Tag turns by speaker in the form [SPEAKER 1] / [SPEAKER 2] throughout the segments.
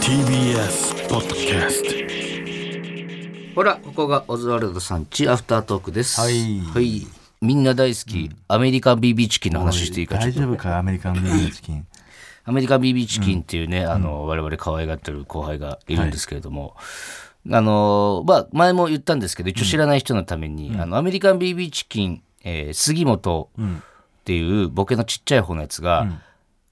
[SPEAKER 1] TBS ポッドキャスト
[SPEAKER 2] ほら、ここがオズワルドさんちアフタートークです。
[SPEAKER 1] はい
[SPEAKER 2] みんな大好き、アメリカン BB チキンの話していいか、ちょ
[SPEAKER 1] 大
[SPEAKER 2] っと
[SPEAKER 1] 丈夫かアメリカンビーフチキン
[SPEAKER 2] アメリカン BB チキンっていうね、あの、我々可愛がってる後輩がいるんですけれども、あの、まあ、前も言ったんですけど、一応知らない人のために、あの、アメリカン BB チキン、えー杉本っていうボケのちっちゃい方のやつが、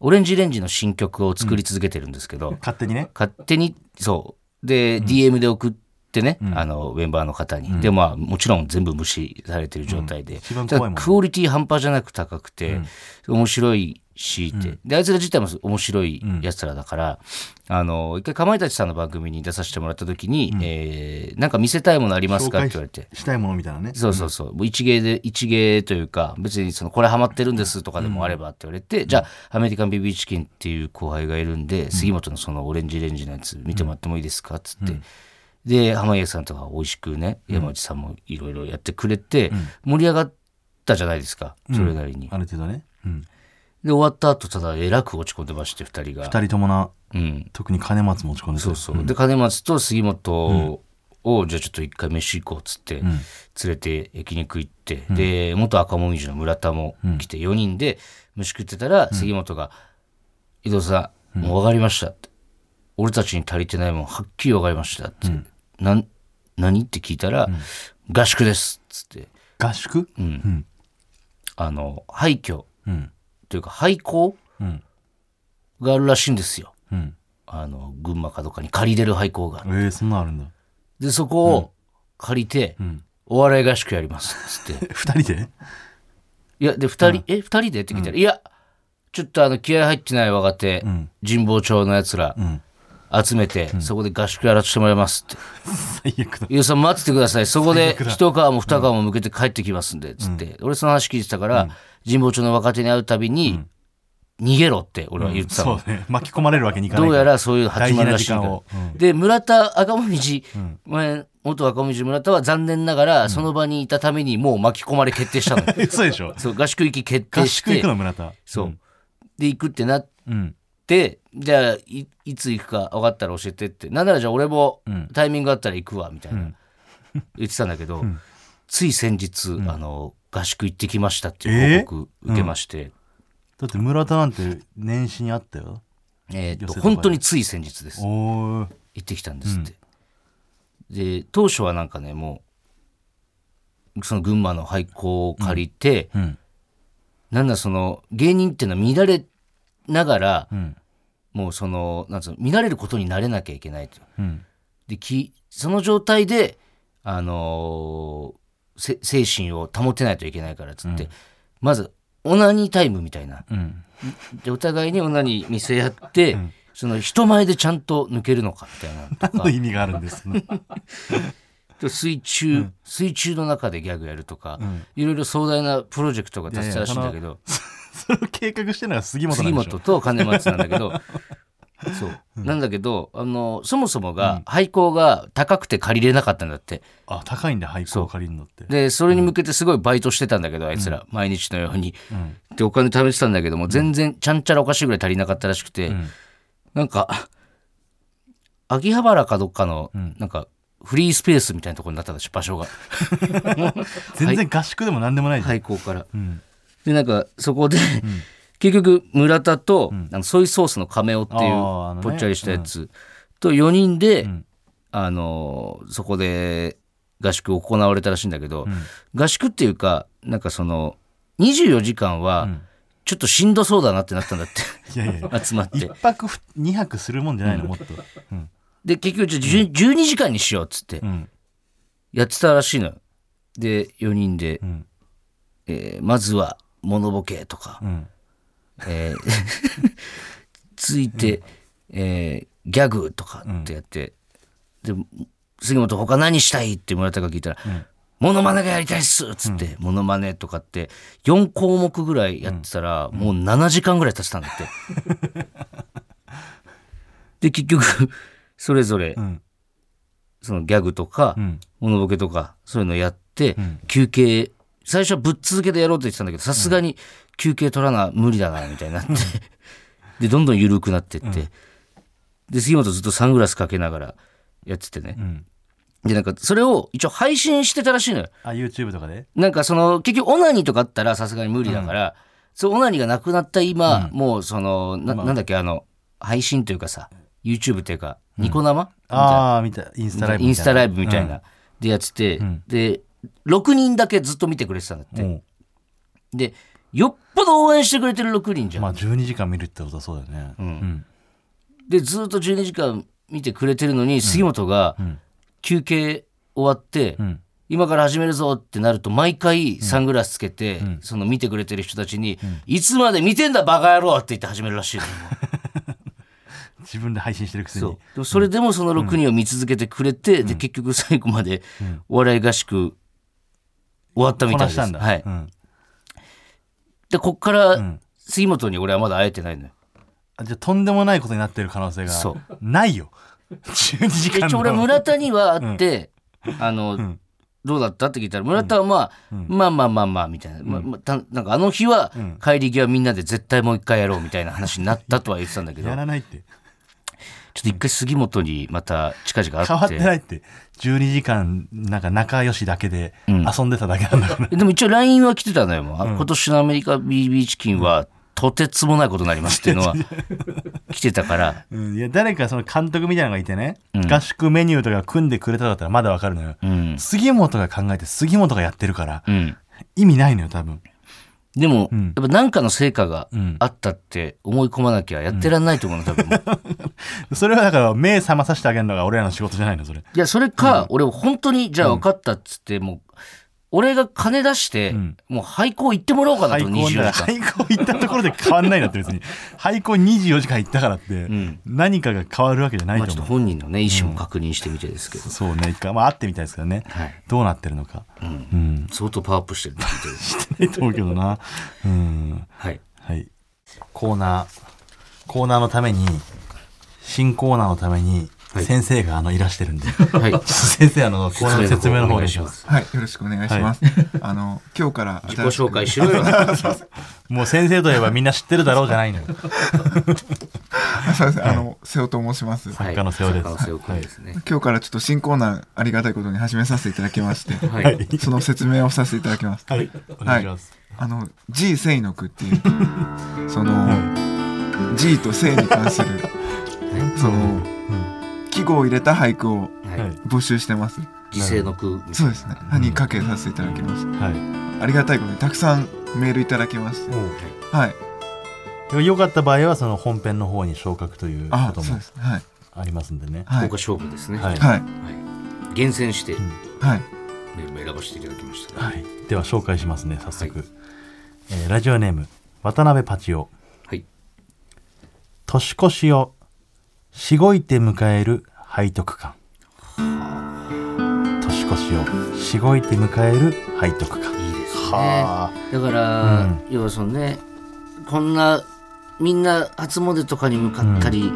[SPEAKER 2] オレンジレンジの新曲を作り続けてるんですけど、
[SPEAKER 1] 勝手にね
[SPEAKER 2] 勝手にそうで、DM で送ってね、あのメンバーの方に、でまあもちろん全部無視されてる状態で、
[SPEAKER 1] 一番怖いもんね
[SPEAKER 2] ただクオリティ半端じゃなく高くて、面白いしって、であいつら自体も面白いやつらだから、あの一回かまいたちさんの番組に出させてもらった時に、えーなんか見せたいものあります
[SPEAKER 1] 紹
[SPEAKER 2] かっ
[SPEAKER 1] 介
[SPEAKER 2] て言われて。
[SPEAKER 1] ししたいものみたいなね
[SPEAKER 2] そうそうそう。もう一芸で、一芸というか、別にその、これハマってるんですとかでもあればって言われて、じゃあ、アメリカンビビーチキンっていう後輩がいるんで、杉本のそのオレンジレンジのやつ見てもらってもいいですかっつって。で、濱家さんとか美味しくね、山内さんもいろいろやってくれて、盛り上がったじゃないですか、それなりに。
[SPEAKER 1] ある程度ねうん
[SPEAKER 2] で、終わった後、ただ、えらく落ち込んでまして、二人が。
[SPEAKER 1] 二人ともな
[SPEAKER 2] うん。
[SPEAKER 1] 特に金松持ち込んでた
[SPEAKER 2] そうそう。で、金松と杉本を、じゃあちょっと一回飯行こうっつって、連れて焼肉行って、で、元赤もみじの村田も来て、4人で飯食ってたら、杉本が、伊藤さん、もう分かりましたって。俺たちに足りてないもん、はっきり分かりましたって。なん何って聞いたら、合宿ですっつって、
[SPEAKER 1] 合宿うん
[SPEAKER 2] あの、廃墟
[SPEAKER 1] うん
[SPEAKER 2] というか廃校
[SPEAKER 1] うん
[SPEAKER 2] があるらしいんですよ。
[SPEAKER 1] うん
[SPEAKER 2] あの、群馬かどっかに借りれる廃校が。
[SPEAKER 1] えーそんなんあるんだ
[SPEAKER 2] で、そこを借りて、お笑い合宿やります。つ って。
[SPEAKER 1] え二人で
[SPEAKER 2] いや、で、二人、え、二人でって聞いたら、いや、ちょっとあの、気合入ってない若手、
[SPEAKER 1] ん
[SPEAKER 2] 神保町の奴ら、
[SPEAKER 1] ん
[SPEAKER 2] 集めて、そこで合宿やらせてもらいますって。
[SPEAKER 1] 最悪だ
[SPEAKER 2] 伊予さん待っててください。そこで一皮も二皮も向けて帰ってきますんで、つって。俺その話聞いてたから、神保町の若手に会うたびに、逃げろって俺は言ってたの。
[SPEAKER 1] そうね巻き込まれるわけにいかない
[SPEAKER 2] どうや
[SPEAKER 1] ら
[SPEAKER 2] らそういう始まりらしいんだ
[SPEAKER 1] 大事な
[SPEAKER 2] よ
[SPEAKER 1] 時間を
[SPEAKER 2] で村田赤もみじ、前元赤もみじ村田は残念ながらその場にいたためにもう巻き込まれ決 定したの、
[SPEAKER 1] そうでしょ
[SPEAKER 2] そう合宿行き決
[SPEAKER 1] 合
[SPEAKER 2] 定し
[SPEAKER 1] 宿行
[SPEAKER 2] て
[SPEAKER 1] くの村田
[SPEAKER 2] そう、で行くってなっ
[SPEAKER 1] うん
[SPEAKER 2] てじゃあいいつ行くか分かったら教えてってなんならじゃあ俺も
[SPEAKER 1] ん
[SPEAKER 2] タイミングあったら行くわみたいな、言ってたんだけど、つい先日、あの合宿行ってきましたっていう報告受けまして、
[SPEAKER 1] だって村田なんて年始にあったよ
[SPEAKER 2] えー
[SPEAKER 1] 寄せ
[SPEAKER 2] と
[SPEAKER 1] た
[SPEAKER 2] 本当につい先日です
[SPEAKER 1] おお
[SPEAKER 2] 行ってきたんですって、で当初はなんかねもうその群馬の廃校を借りて、
[SPEAKER 1] うん
[SPEAKER 2] なんだその芸人っていうのは乱れながら、
[SPEAKER 1] うん
[SPEAKER 2] もうそのなんつうの乱れることになれなきゃいけないと
[SPEAKER 1] うん
[SPEAKER 2] できその状態で、あのーせ精神を保てないといけないからっつって、まずオナニータイムみたいな
[SPEAKER 1] うん
[SPEAKER 2] でお互いにオナニー見せ合って、その人前でちゃんと抜けるのかみたいなのとか
[SPEAKER 1] 何の意味があるん ですね
[SPEAKER 2] で水中、水中の中でギャグやるとか、いろいろ壮大なプロジェクトが立てたらしいんだけど
[SPEAKER 1] それを計画してるのが杉本なん
[SPEAKER 2] 杉
[SPEAKER 1] でしょ
[SPEAKER 2] 本と金松なんだけど そう、なんだけどあのそもそもが廃校が高くて借りれなかったんだって
[SPEAKER 1] あ高いんだ廃校を借りるのって
[SPEAKER 2] でそれに向けてすごいバイトしてたんだけどあいつら、毎日のように、でお金貯めてたんだけども全然ちゃんちゃらおかしいぐらい足りなかったらしくて、なんか秋葉原かどっかの、なんかフリースペースみたいなところになったんだし場所が。
[SPEAKER 1] 全然合宿でも何でもないじゃん、
[SPEAKER 2] 廃校から、でなんかそこで、 結局村田と、あのソイソースの亀尾っていう
[SPEAKER 1] あーあのね
[SPEAKER 2] ぽっちゃりしたやつ、と4人で、あのーそこで合宿行われたらしいんだけど、合宿っていうかなんかその24時間は、ちょっとしんどそうだなってなったんだって
[SPEAKER 1] い、やいや
[SPEAKER 2] 集まって
[SPEAKER 1] 1泊2泊するもんじゃないのもっと、うん
[SPEAKER 2] で結局じゃあ10 12時間にしようっつって
[SPEAKER 1] うん
[SPEAKER 2] やってたらしいのよで4人で、
[SPEAKER 1] ん
[SPEAKER 2] えーまずはモノボケとか、
[SPEAKER 1] うん、
[SPEAKER 2] えーついて、えーギャグとかってやって、で杉本他何したいって村田が聞いたら、モノマネがやりたいっすっつって、モノマネとかって4項目ぐらいやってたら、もう7時間ぐらい経ってたんだって。で結局それぞれ、
[SPEAKER 1] ん
[SPEAKER 2] そのギャグとか、
[SPEAKER 1] ん
[SPEAKER 2] モノボケとかそういうのやって、休憩最初はぶっ続けでやろうと言ってたんだけどさす がに休憩取らな無理だなみたいになって、でどんどん緩くなってって、で杉本ずっとサングラスかけながらやっててね
[SPEAKER 1] うん。
[SPEAKER 2] でなんかそれを一応配信してたらしいのよ
[SPEAKER 1] あ、YouTube とかで
[SPEAKER 2] なんかその結局オナニーとかあったらさすがに無理だから、そうオナニーがなくなった今、もうそのな,、なんだっけあの配信というかさ YouTube というかニコ生、
[SPEAKER 1] ああ、見た。インスタライブ
[SPEAKER 2] イン
[SPEAKER 1] みたい
[SPEAKER 2] スタ
[SPEAKER 1] な。
[SPEAKER 2] ライブみたいな、でやってて、
[SPEAKER 1] ん
[SPEAKER 2] で6人だけずっと見てくれてたんだって、
[SPEAKER 1] も
[SPEAKER 2] でよっぽど応援してくれてる6人じ
[SPEAKER 1] う
[SPEAKER 2] ゃん、
[SPEAKER 1] まあ、12時間見るってことはそうだよね。うん。
[SPEAKER 2] でずっと12時間見てくれてるのに杉本が休憩終わって、
[SPEAKER 1] ん
[SPEAKER 2] 今から始めるぞってなると毎回サングラスつけて、その見てくれてる人たちに、いつまで見てんだバカ野郎って言って始める らしいのよ
[SPEAKER 1] 自分で配信してるくせ
[SPEAKER 2] そう
[SPEAKER 1] に。
[SPEAKER 2] でもそれでもその6人を見続けてくれて、で結局最後までお笑い合宿終わったみ
[SPEAKER 1] こ
[SPEAKER 2] たい
[SPEAKER 1] な
[SPEAKER 2] で
[SPEAKER 1] し
[SPEAKER 2] す、
[SPEAKER 1] たんだ。
[SPEAKER 2] はい、
[SPEAKER 1] うん
[SPEAKER 2] でこっから杉本に俺はまだ会えてないのよ
[SPEAKER 1] あじゃあ、とんでもないことになってる可能性が。
[SPEAKER 2] そう
[SPEAKER 1] ないよ。12時間
[SPEAKER 2] 一応俺
[SPEAKER 1] の。
[SPEAKER 2] 村田には会って、あの、どうだったって聞いたら村田はまあ、まあまあまあまあみたいな、まあまあたなんかあの日は帰り際みんなで絶対もう一回やろうみたいな話になったとは言ってたんだけどちょ
[SPEAKER 1] や
[SPEAKER 2] っ
[SPEAKER 1] らないって。
[SPEAKER 2] と一回杉本にまた近
[SPEAKER 1] 変
[SPEAKER 2] 々会
[SPEAKER 1] わ
[SPEAKER 2] っ
[SPEAKER 1] っててないって。12時間、なんか仲良しだけで遊んでただけなんだから。
[SPEAKER 2] でも一応 LINE は来てたのよもう、今年のアメリカ BB チキンはとてつもないことになりますっていうの は来てたから、
[SPEAKER 1] うん、いや誰かその監督みたいなのがいてね、合宿メニューとか組んでくれただったらまだわかるのよ、
[SPEAKER 2] うん
[SPEAKER 1] 杉本が考えて杉本がやってるから、
[SPEAKER 2] うん、
[SPEAKER 1] 意味ないのよ多分
[SPEAKER 2] でも、
[SPEAKER 1] ん
[SPEAKER 2] やっぱ何かの成果が
[SPEAKER 1] うん
[SPEAKER 2] あったって思い込まなきゃやってらんないと思うの多分もう
[SPEAKER 1] それはだから目覚まさせてあげるのが俺らの仕事じゃないのそれ
[SPEAKER 2] いや、それか、俺本当に、じゃあ分かったっつって、もう、俺が金出して、
[SPEAKER 1] ん
[SPEAKER 2] もう廃校行ってもらおうかな
[SPEAKER 1] 廃
[SPEAKER 2] と、
[SPEAKER 1] 校
[SPEAKER 2] 24時
[SPEAKER 1] なら
[SPEAKER 2] 間。
[SPEAKER 1] 廃校行ったところで変わんないなって別に廃校24時間行ったからって、
[SPEAKER 2] ん
[SPEAKER 1] 何かが変わるわけじゃない
[SPEAKER 2] まあ
[SPEAKER 1] と
[SPEAKER 2] ちょっと
[SPEAKER 1] 思う、
[SPEAKER 2] 本人のね、意思も確認してみてですけど、
[SPEAKER 1] そうね一回、まあ、会ってみたいですけどね、
[SPEAKER 2] はい
[SPEAKER 1] どうなってるのかうん、
[SPEAKER 2] 相当パワーアップしてるんだけど
[SPEAKER 1] してないと思うけどなうん
[SPEAKER 2] はい。
[SPEAKER 1] はい、コーナーコーナーのために新コーナーのために
[SPEAKER 2] はい
[SPEAKER 1] 先生があのいらしてるんで、
[SPEAKER 2] はい。
[SPEAKER 1] 先生あのコーナーの説明の方お願
[SPEAKER 2] お願
[SPEAKER 1] い
[SPEAKER 2] い
[SPEAKER 1] し
[SPEAKER 2] し
[SPEAKER 1] ま
[SPEAKER 2] ますす。
[SPEAKER 3] はい、よろしくお願いします。 あの、今日から
[SPEAKER 2] 自己紹介
[SPEAKER 3] し
[SPEAKER 2] しろよ。
[SPEAKER 1] もう先生といえばみんな知ってるだろうじゃないのよ
[SPEAKER 3] そうですねあの、瀬尾と申します。
[SPEAKER 2] はい
[SPEAKER 1] 作家の瀬尾です
[SPEAKER 2] 作家の瀬尾君ですね。
[SPEAKER 3] 今日からちょっと新コーナーありがたいことに始めさせていただき まして、
[SPEAKER 2] はい。
[SPEAKER 3] その説明をさせていただきます。
[SPEAKER 1] はいお願いします、
[SPEAKER 3] あの、G 聖の句っていう、その、G と聖に関する、その、季語を入れた俳句を
[SPEAKER 2] はい
[SPEAKER 1] はい
[SPEAKER 3] 募集してます。
[SPEAKER 2] 犠牲の句みたいな。
[SPEAKER 3] そうですね。にかけさせていただきます。
[SPEAKER 1] は
[SPEAKER 3] ありがたいことにたくさんメールいただきまし
[SPEAKER 1] い
[SPEAKER 3] て、はい。
[SPEAKER 1] でもよかった場合はその本編の方に昇格というこ
[SPEAKER 3] あ、
[SPEAKER 1] と
[SPEAKER 3] そう
[SPEAKER 1] も
[SPEAKER 3] です。はい。
[SPEAKER 1] ありますんでね
[SPEAKER 3] はい
[SPEAKER 2] 効。果勝負ですね。
[SPEAKER 1] は
[SPEAKER 2] はいい。
[SPEAKER 3] はい。
[SPEAKER 2] 厳選して、
[SPEAKER 3] はい。
[SPEAKER 2] メール選ばせていただきました。
[SPEAKER 1] はい、では紹介しますね早速、
[SPEAKER 2] はい
[SPEAKER 1] えーラジオネーム渡辺パチオ
[SPEAKER 2] はい。
[SPEAKER 1] 年越しをしごいて迎える背徳感年越しをしごいて迎える背徳感
[SPEAKER 2] いいですね。
[SPEAKER 1] は
[SPEAKER 2] だから、要はそのねこんなみんな初詣とかに向かったり、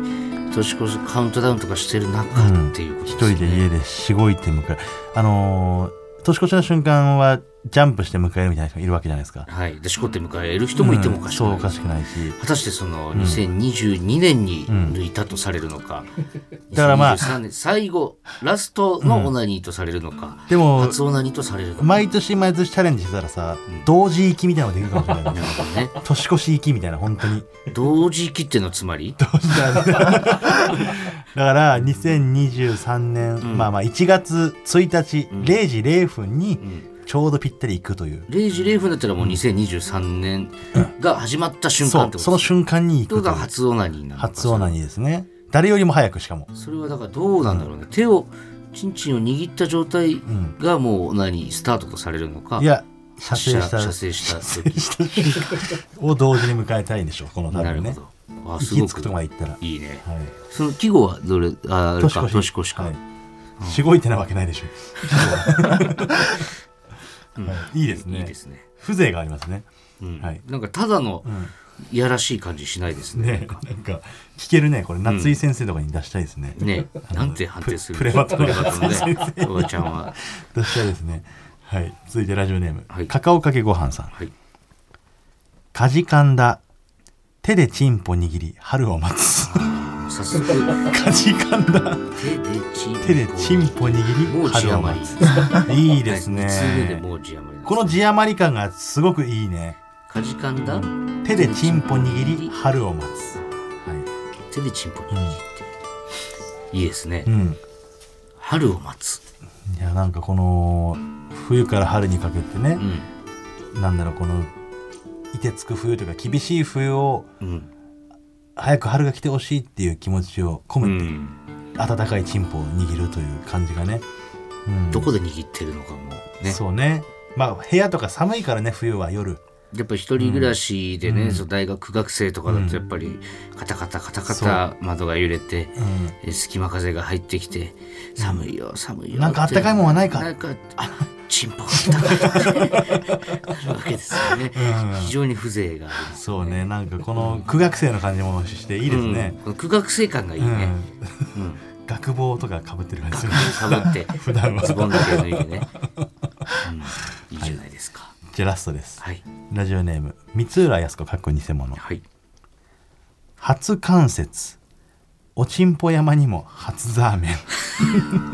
[SPEAKER 2] 年越しカウントダウンとかしてる中
[SPEAKER 1] うん
[SPEAKER 2] っていうこと
[SPEAKER 1] 一
[SPEAKER 2] ですね、
[SPEAKER 1] 人で家でしごいて迎えあのー年越しの瞬間はジャンプして迎えるみたいな人がいるわけじゃないですか
[SPEAKER 2] はいでしこって迎える人もいてもおかしくない、
[SPEAKER 1] うんそうおかしくないし
[SPEAKER 2] 果たしてその2022年に抜いたとされるのか、
[SPEAKER 1] だからまあ
[SPEAKER 2] 2023年最後ラストのオナニーとされるのか、
[SPEAKER 1] でも
[SPEAKER 2] 初オナニーとされるのか、
[SPEAKER 1] 毎年毎年チャレンジしてたらさ、同時行きみたいなのできるかもしれないね
[SPEAKER 2] ね、
[SPEAKER 1] 年越し行きみたいな本当に
[SPEAKER 2] 同時期ってのはつまり
[SPEAKER 1] だから2023年、まあまあ1月1日0時0分にちょうどぴったり行くという、
[SPEAKER 2] 0時0分だったらもう2023年が始まった瞬
[SPEAKER 1] そ
[SPEAKER 2] 間って
[SPEAKER 1] う
[SPEAKER 2] こと
[SPEAKER 1] その
[SPEAKER 2] 間
[SPEAKER 1] 瞬間に
[SPEAKER 2] って
[SPEAKER 1] 行く
[SPEAKER 2] こと
[SPEAKER 1] とい
[SPEAKER 2] は
[SPEAKER 1] う
[SPEAKER 2] 初オナニーなのか
[SPEAKER 1] 初オナニーですね誰よりも早くしかも
[SPEAKER 2] それはだからどうなんだろうね、手をチンチンを握った状態がもう何スタートとされるのか
[SPEAKER 1] いや射精
[SPEAKER 2] 射
[SPEAKER 1] した
[SPEAKER 2] 射精した時
[SPEAKER 1] を同時に迎えたいんでしょうこの多
[SPEAKER 2] なる
[SPEAKER 1] 分
[SPEAKER 2] ほ
[SPEAKER 1] ね
[SPEAKER 2] ど、あす
[SPEAKER 1] 行き
[SPEAKER 2] ご
[SPEAKER 1] 着くとこま
[SPEAKER 2] く
[SPEAKER 1] で行ったら、はい
[SPEAKER 2] いいねその季語はどれああれか年越しか、
[SPEAKER 1] はいしごいてなわけないでしょう、はいいいですね
[SPEAKER 2] いいですね、
[SPEAKER 1] 風情がありますね
[SPEAKER 2] うん
[SPEAKER 1] はい
[SPEAKER 2] なんかただのいやらしい感じしないですね
[SPEAKER 1] ねなんか聞けるねこれ夏井先生とかに出したいですね、
[SPEAKER 2] ねなんて判定する
[SPEAKER 1] プレバト
[SPEAKER 2] プレバトのねおばちゃんは
[SPEAKER 1] 出したいですねはい続いてラジオネーム、
[SPEAKER 2] はい
[SPEAKER 1] カカオかけごはんさん
[SPEAKER 2] はい
[SPEAKER 1] かじかんだ手でチンポ握り春を待つ
[SPEAKER 2] 難早速
[SPEAKER 1] かじかんだ手
[SPEAKER 2] 手
[SPEAKER 1] で
[SPEAKER 2] で
[SPEAKER 1] チ
[SPEAKER 2] チ
[SPEAKER 1] ン
[SPEAKER 2] ン
[SPEAKER 1] ポ握り
[SPEAKER 2] ポ
[SPEAKER 1] 春を
[SPEAKER 2] もう
[SPEAKER 1] 待
[SPEAKER 2] 字
[SPEAKER 1] つ
[SPEAKER 2] 余
[SPEAKER 1] いい
[SPEAKER 2] り
[SPEAKER 1] です
[SPEAKER 2] はい二通目で
[SPEAKER 1] ね
[SPEAKER 2] もう字余り
[SPEAKER 1] この字余り感がすごくいいね
[SPEAKER 2] かじかんだ
[SPEAKER 1] 手でチンポ握り春を待つ、は
[SPEAKER 2] 手でチンポ握りっていいですね
[SPEAKER 1] い、うん
[SPEAKER 2] 春を待つ
[SPEAKER 1] いやなんかこの冬から春にかけてね
[SPEAKER 2] う、ん
[SPEAKER 1] なんだろうこのいてつく冬というか厳しい冬を
[SPEAKER 2] うん
[SPEAKER 1] 早く春が来てほしいっていう気持ちを込
[SPEAKER 2] う
[SPEAKER 1] めて、
[SPEAKER 2] ん
[SPEAKER 1] 温かいチンポを握るという感じがね、うん
[SPEAKER 2] どこで握ってるのかもね
[SPEAKER 1] そうねまあ部屋とか寒いからね冬は夜
[SPEAKER 2] やっぱ一人暮らしでね、その大学学生とかだとやっぱりカタカタカタカタ窓が揺れて、
[SPEAKER 1] うん
[SPEAKER 2] え隙間風が入ってきて寒いよ寒いよ
[SPEAKER 1] なんかあったかいもんはないか
[SPEAKER 2] なんかあチンポがあったかいってなるわけですよね、非常に風情があります
[SPEAKER 1] そうねなんかこの苦学生の感じもしていいですね、
[SPEAKER 2] うん、苦学生感がいい
[SPEAKER 1] うん
[SPEAKER 2] ね、うん
[SPEAKER 1] 学帽とかかぶってる感じでする
[SPEAKER 2] かぶって
[SPEAKER 1] 普段は
[SPEAKER 2] ズボンだけ脱いでね、うん、いいじゃないですか
[SPEAKER 1] じゃあラストです
[SPEAKER 2] はい
[SPEAKER 1] ラジオネーム三浦靖子かっこ偽物
[SPEAKER 2] はい
[SPEAKER 1] 初関節おちんぽ山にも初ザー メン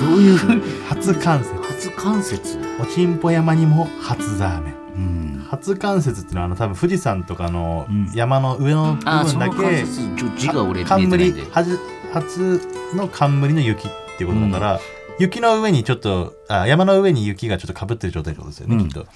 [SPEAKER 2] どういう
[SPEAKER 1] 初関節
[SPEAKER 2] 初関節
[SPEAKER 1] おちんぽ山にも初ザーメン
[SPEAKER 2] うん
[SPEAKER 1] 初関節っていうのはあの多分富士山とかの
[SPEAKER 2] うん
[SPEAKER 1] 山の上の部
[SPEAKER 2] あーそ
[SPEAKER 1] 分だ
[SPEAKER 2] の
[SPEAKER 1] け、
[SPEAKER 2] 関節ちょ字が俺見えてないん
[SPEAKER 1] 冠
[SPEAKER 2] で
[SPEAKER 1] 初初の冠の雪っていうことだから、雪の上にちょっとあ山の上に雪がちょっとかぶってる状態ってことですよね、
[SPEAKER 2] うん
[SPEAKER 1] きっと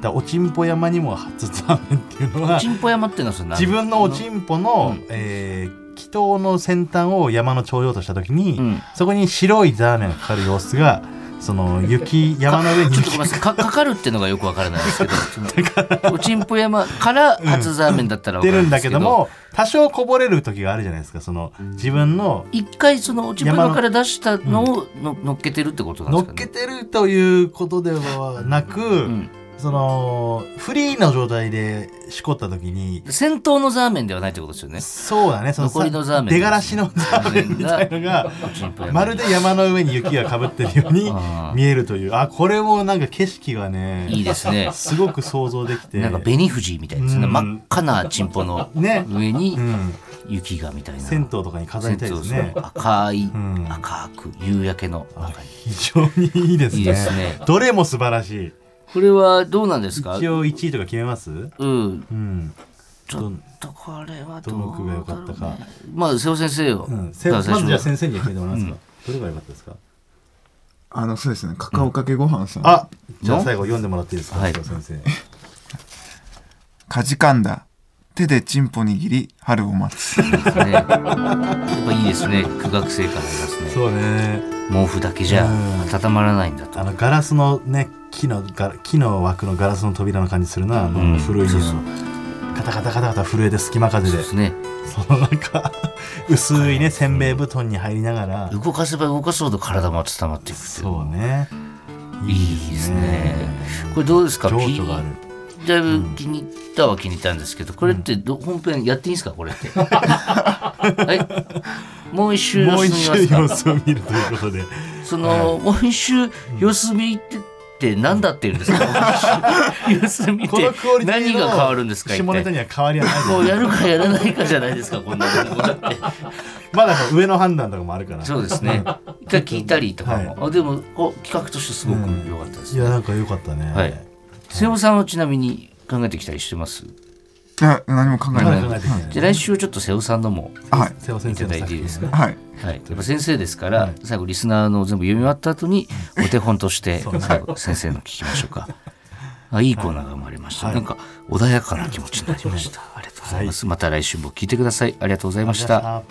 [SPEAKER 1] だからおちんぽ山にも初ザーメンっていうのは
[SPEAKER 2] おちんぽ山っていうのはそれ何
[SPEAKER 1] 自分のおちんぽの、
[SPEAKER 2] うん
[SPEAKER 1] えー祈祷の先端を山の頂上とした時に、
[SPEAKER 2] うん
[SPEAKER 1] そこに白いザーメンがかかる様子がその雪山の上に
[SPEAKER 2] ちょっとご
[SPEAKER 1] 雪
[SPEAKER 2] めんなさいかかかるっていうのがよくわからないですけど そのおちんぽ山から初ザーメンだったらわ
[SPEAKER 1] 出
[SPEAKER 2] か
[SPEAKER 1] る
[SPEAKER 2] る
[SPEAKER 1] ん
[SPEAKER 2] んで
[SPEAKER 1] だ
[SPEAKER 2] すけ
[SPEAKER 1] け
[SPEAKER 2] ど
[SPEAKER 1] ども多少こぼれる時があるじゃないですかその自分の
[SPEAKER 2] 一回そのおちんぽ山から出したのをの乗っけてるってことなんで
[SPEAKER 1] 乗
[SPEAKER 2] す
[SPEAKER 1] っ
[SPEAKER 2] か
[SPEAKER 1] け
[SPEAKER 2] ね
[SPEAKER 1] てるということではなく、
[SPEAKER 2] うん
[SPEAKER 1] そのフリーの状態でしこった時に
[SPEAKER 2] 先頭のザーメンではないってことですよね
[SPEAKER 1] そうだねその
[SPEAKER 2] 残りのザーメン
[SPEAKER 1] 出がらしのザーメンみたいのが
[SPEAKER 2] おちんぽ山
[SPEAKER 1] まるで山の上に雪がかぶってるように
[SPEAKER 2] あー
[SPEAKER 1] 見えるというあこれもなんか景色がね
[SPEAKER 2] いいですね
[SPEAKER 1] すごく想像できて
[SPEAKER 2] なんか紅富士みたいですね
[SPEAKER 1] うん
[SPEAKER 2] 真っ赤なちんぽの
[SPEAKER 1] ね、
[SPEAKER 2] 上に
[SPEAKER 1] うん、
[SPEAKER 2] 雪がみたいな
[SPEAKER 1] 銭湯とかに飾りたいです
[SPEAKER 2] 銭湯
[SPEAKER 1] ね
[SPEAKER 2] そう赤い
[SPEAKER 1] ん
[SPEAKER 2] 赤く夕焼けの赤い
[SPEAKER 1] 非常にいいですね
[SPEAKER 2] いいですね
[SPEAKER 1] どれも素晴らしい
[SPEAKER 2] これはどうなんですか
[SPEAKER 1] 一応1位とか決めます
[SPEAKER 2] うん
[SPEAKER 1] うん
[SPEAKER 2] ちょっとこれはどうだろう、ね、
[SPEAKER 1] どの句が良かったか
[SPEAKER 2] まあ瀬尾先生を、
[SPEAKER 1] うん、せま
[SPEAKER 2] だから
[SPEAKER 1] ず
[SPEAKER 2] 最初
[SPEAKER 1] じゃあ
[SPEAKER 2] は
[SPEAKER 1] 先生に決めてもらえますか、どれが良かったですか
[SPEAKER 3] あのそうですねカカオかけご飯さん、
[SPEAKER 1] あじゃあ最後読んでもらっていいですか、
[SPEAKER 2] はい
[SPEAKER 1] 先生
[SPEAKER 3] かじかんだ手でチンポ握り春を待つ
[SPEAKER 2] ねやっぱいいですね苦学生からありますね
[SPEAKER 1] そうね
[SPEAKER 2] 毛布だけじゃ
[SPEAKER 1] うん
[SPEAKER 2] 温まらないんだと
[SPEAKER 1] あのガラスのね木のガラ木の枠のガラスの扉の感じするなあの、
[SPEAKER 2] うん
[SPEAKER 1] 古い家
[SPEAKER 2] そう
[SPEAKER 1] の
[SPEAKER 2] そう
[SPEAKER 1] カタカタカタカタ震えて隙間風
[SPEAKER 2] そう
[SPEAKER 1] で
[SPEAKER 2] ですね
[SPEAKER 1] そのなん か薄いねせんべい布団に入りながら
[SPEAKER 2] 動かせば動かそうと体も温まっていくってい
[SPEAKER 1] そうね
[SPEAKER 2] いいですねこれどうですか
[SPEAKER 1] 情
[SPEAKER 2] ピ
[SPEAKER 1] 緒
[SPEAKER 2] ー
[SPEAKER 1] がある
[SPEAKER 2] だいぶ気に入ったは気に入ったんですけど、これってど本編やっていいんですかこ れって。はい。もう一周
[SPEAKER 1] も
[SPEAKER 2] 様
[SPEAKER 1] う
[SPEAKER 2] 子
[SPEAKER 1] 一
[SPEAKER 2] 見
[SPEAKER 1] 周
[SPEAKER 2] ま
[SPEAKER 1] 様
[SPEAKER 2] す
[SPEAKER 1] 子
[SPEAKER 2] か。
[SPEAKER 1] を見るということ で
[SPEAKER 2] その、もう一周様子見って。って何だって言うんですか。もう一周様子見っ
[SPEAKER 1] このクオ
[SPEAKER 2] て
[SPEAKER 1] リティ
[SPEAKER 2] 何
[SPEAKER 1] の
[SPEAKER 2] が変わるんですか。一
[SPEAKER 1] 下ネタ
[SPEAKER 2] 体
[SPEAKER 1] には変わりはない
[SPEAKER 2] もうやるかやらないかじゃないですか。こんなのだって。
[SPEAKER 1] まだこう上の判断とかもあるから
[SPEAKER 2] そうです ね。一回聞いたりとかも。あでもこう企画としてすごく良かったです
[SPEAKER 1] いや
[SPEAKER 2] ね。
[SPEAKER 1] なんか良かったね、
[SPEAKER 2] はい瀬尾さんはちなみに考えてきたりしてます。
[SPEAKER 3] いや何も考え
[SPEAKER 1] ま
[SPEAKER 3] な
[SPEAKER 1] だ
[SPEAKER 3] い
[SPEAKER 1] 考えてきてない
[SPEAKER 2] じゃあ来週はちょっと瀬尾さんのも。
[SPEAKER 3] はい
[SPEAKER 1] 瀬尾先生の作品
[SPEAKER 2] いただいていいですか
[SPEAKER 3] はい
[SPEAKER 2] はい、やっぱ先生ですから、最後リスナーの全部読み終わった後にお手本と して最後先生の聞きましょうか。あいいコーナーが生まれました、なんか穏やかな気持ちになりました。ありがとうございます。また来週も聞いてください。ありがとうございました。
[SPEAKER 1] あ